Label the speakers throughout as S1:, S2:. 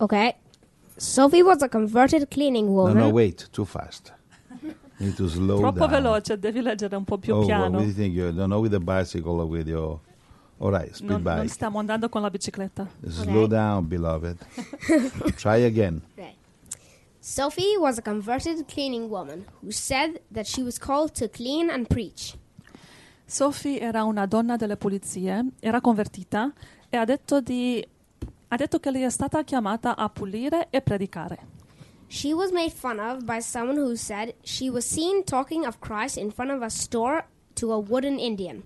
S1: Okay. Sophie was a converted cleaning
S2: No,
S1: woman.
S2: no, wait, too fast. Need to slow
S3: Troppo
S2: down.
S3: veloce, devi leggere un po' più
S2: oh,
S3: piano.
S2: What do you think? You don't know with the bicycle or with your. All right, speed
S3: Non, non
S2: bike.
S3: stiamo andando con la bicicletta.
S2: Slow
S1: Okay.
S2: down, beloved. Try again.
S1: Right. Sophie was a converted cleaning woman who said that she was called to clean and preach.
S3: Sophie era una donna delle pulizie, era convertita e ha detto, di, ha detto che lei è stata chiamata a pulire e predicare.
S1: She was made fun of by someone who said she was seen talking of Christ in front of a store to a wooden Indian.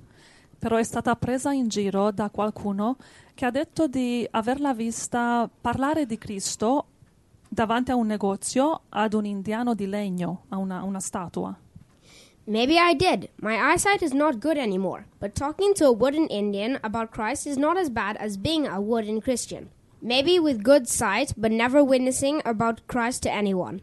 S3: Però è stata presa in giro da qualcuno che ha detto di averla vista parlare di Cristo davanti a un negozio ad un indiano di legno, a una, una statua.
S1: Maybe I did. My eyesight is not good anymore, but talking to a wooden Indian about Christ is not as bad as being a wooden Christian. Maybe with good sight, but never witnessing about Christ to anyone.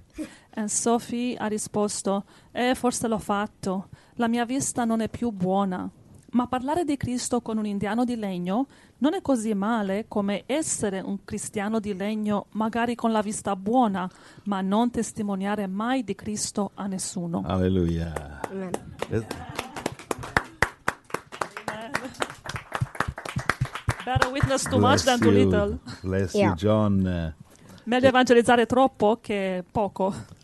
S3: E Sophie ha risposto: Eh, forse l'ho fatto, la mia vista non è più buona. Ma parlare di Cristo con un indiano di legno non è così male come essere un cristiano di legno, magari con la vista buona, ma non testimoniare mai di Cristo a nessuno.
S2: Ah. Hallelujah.
S1: Amen.
S2: Let-
S3: Better witness too much
S2: Bless
S3: than too
S2: you.
S3: little.
S2: Bless you,
S1: Yeah.
S2: John. Uh,
S3: Meglio evangelizzare troppo che poco.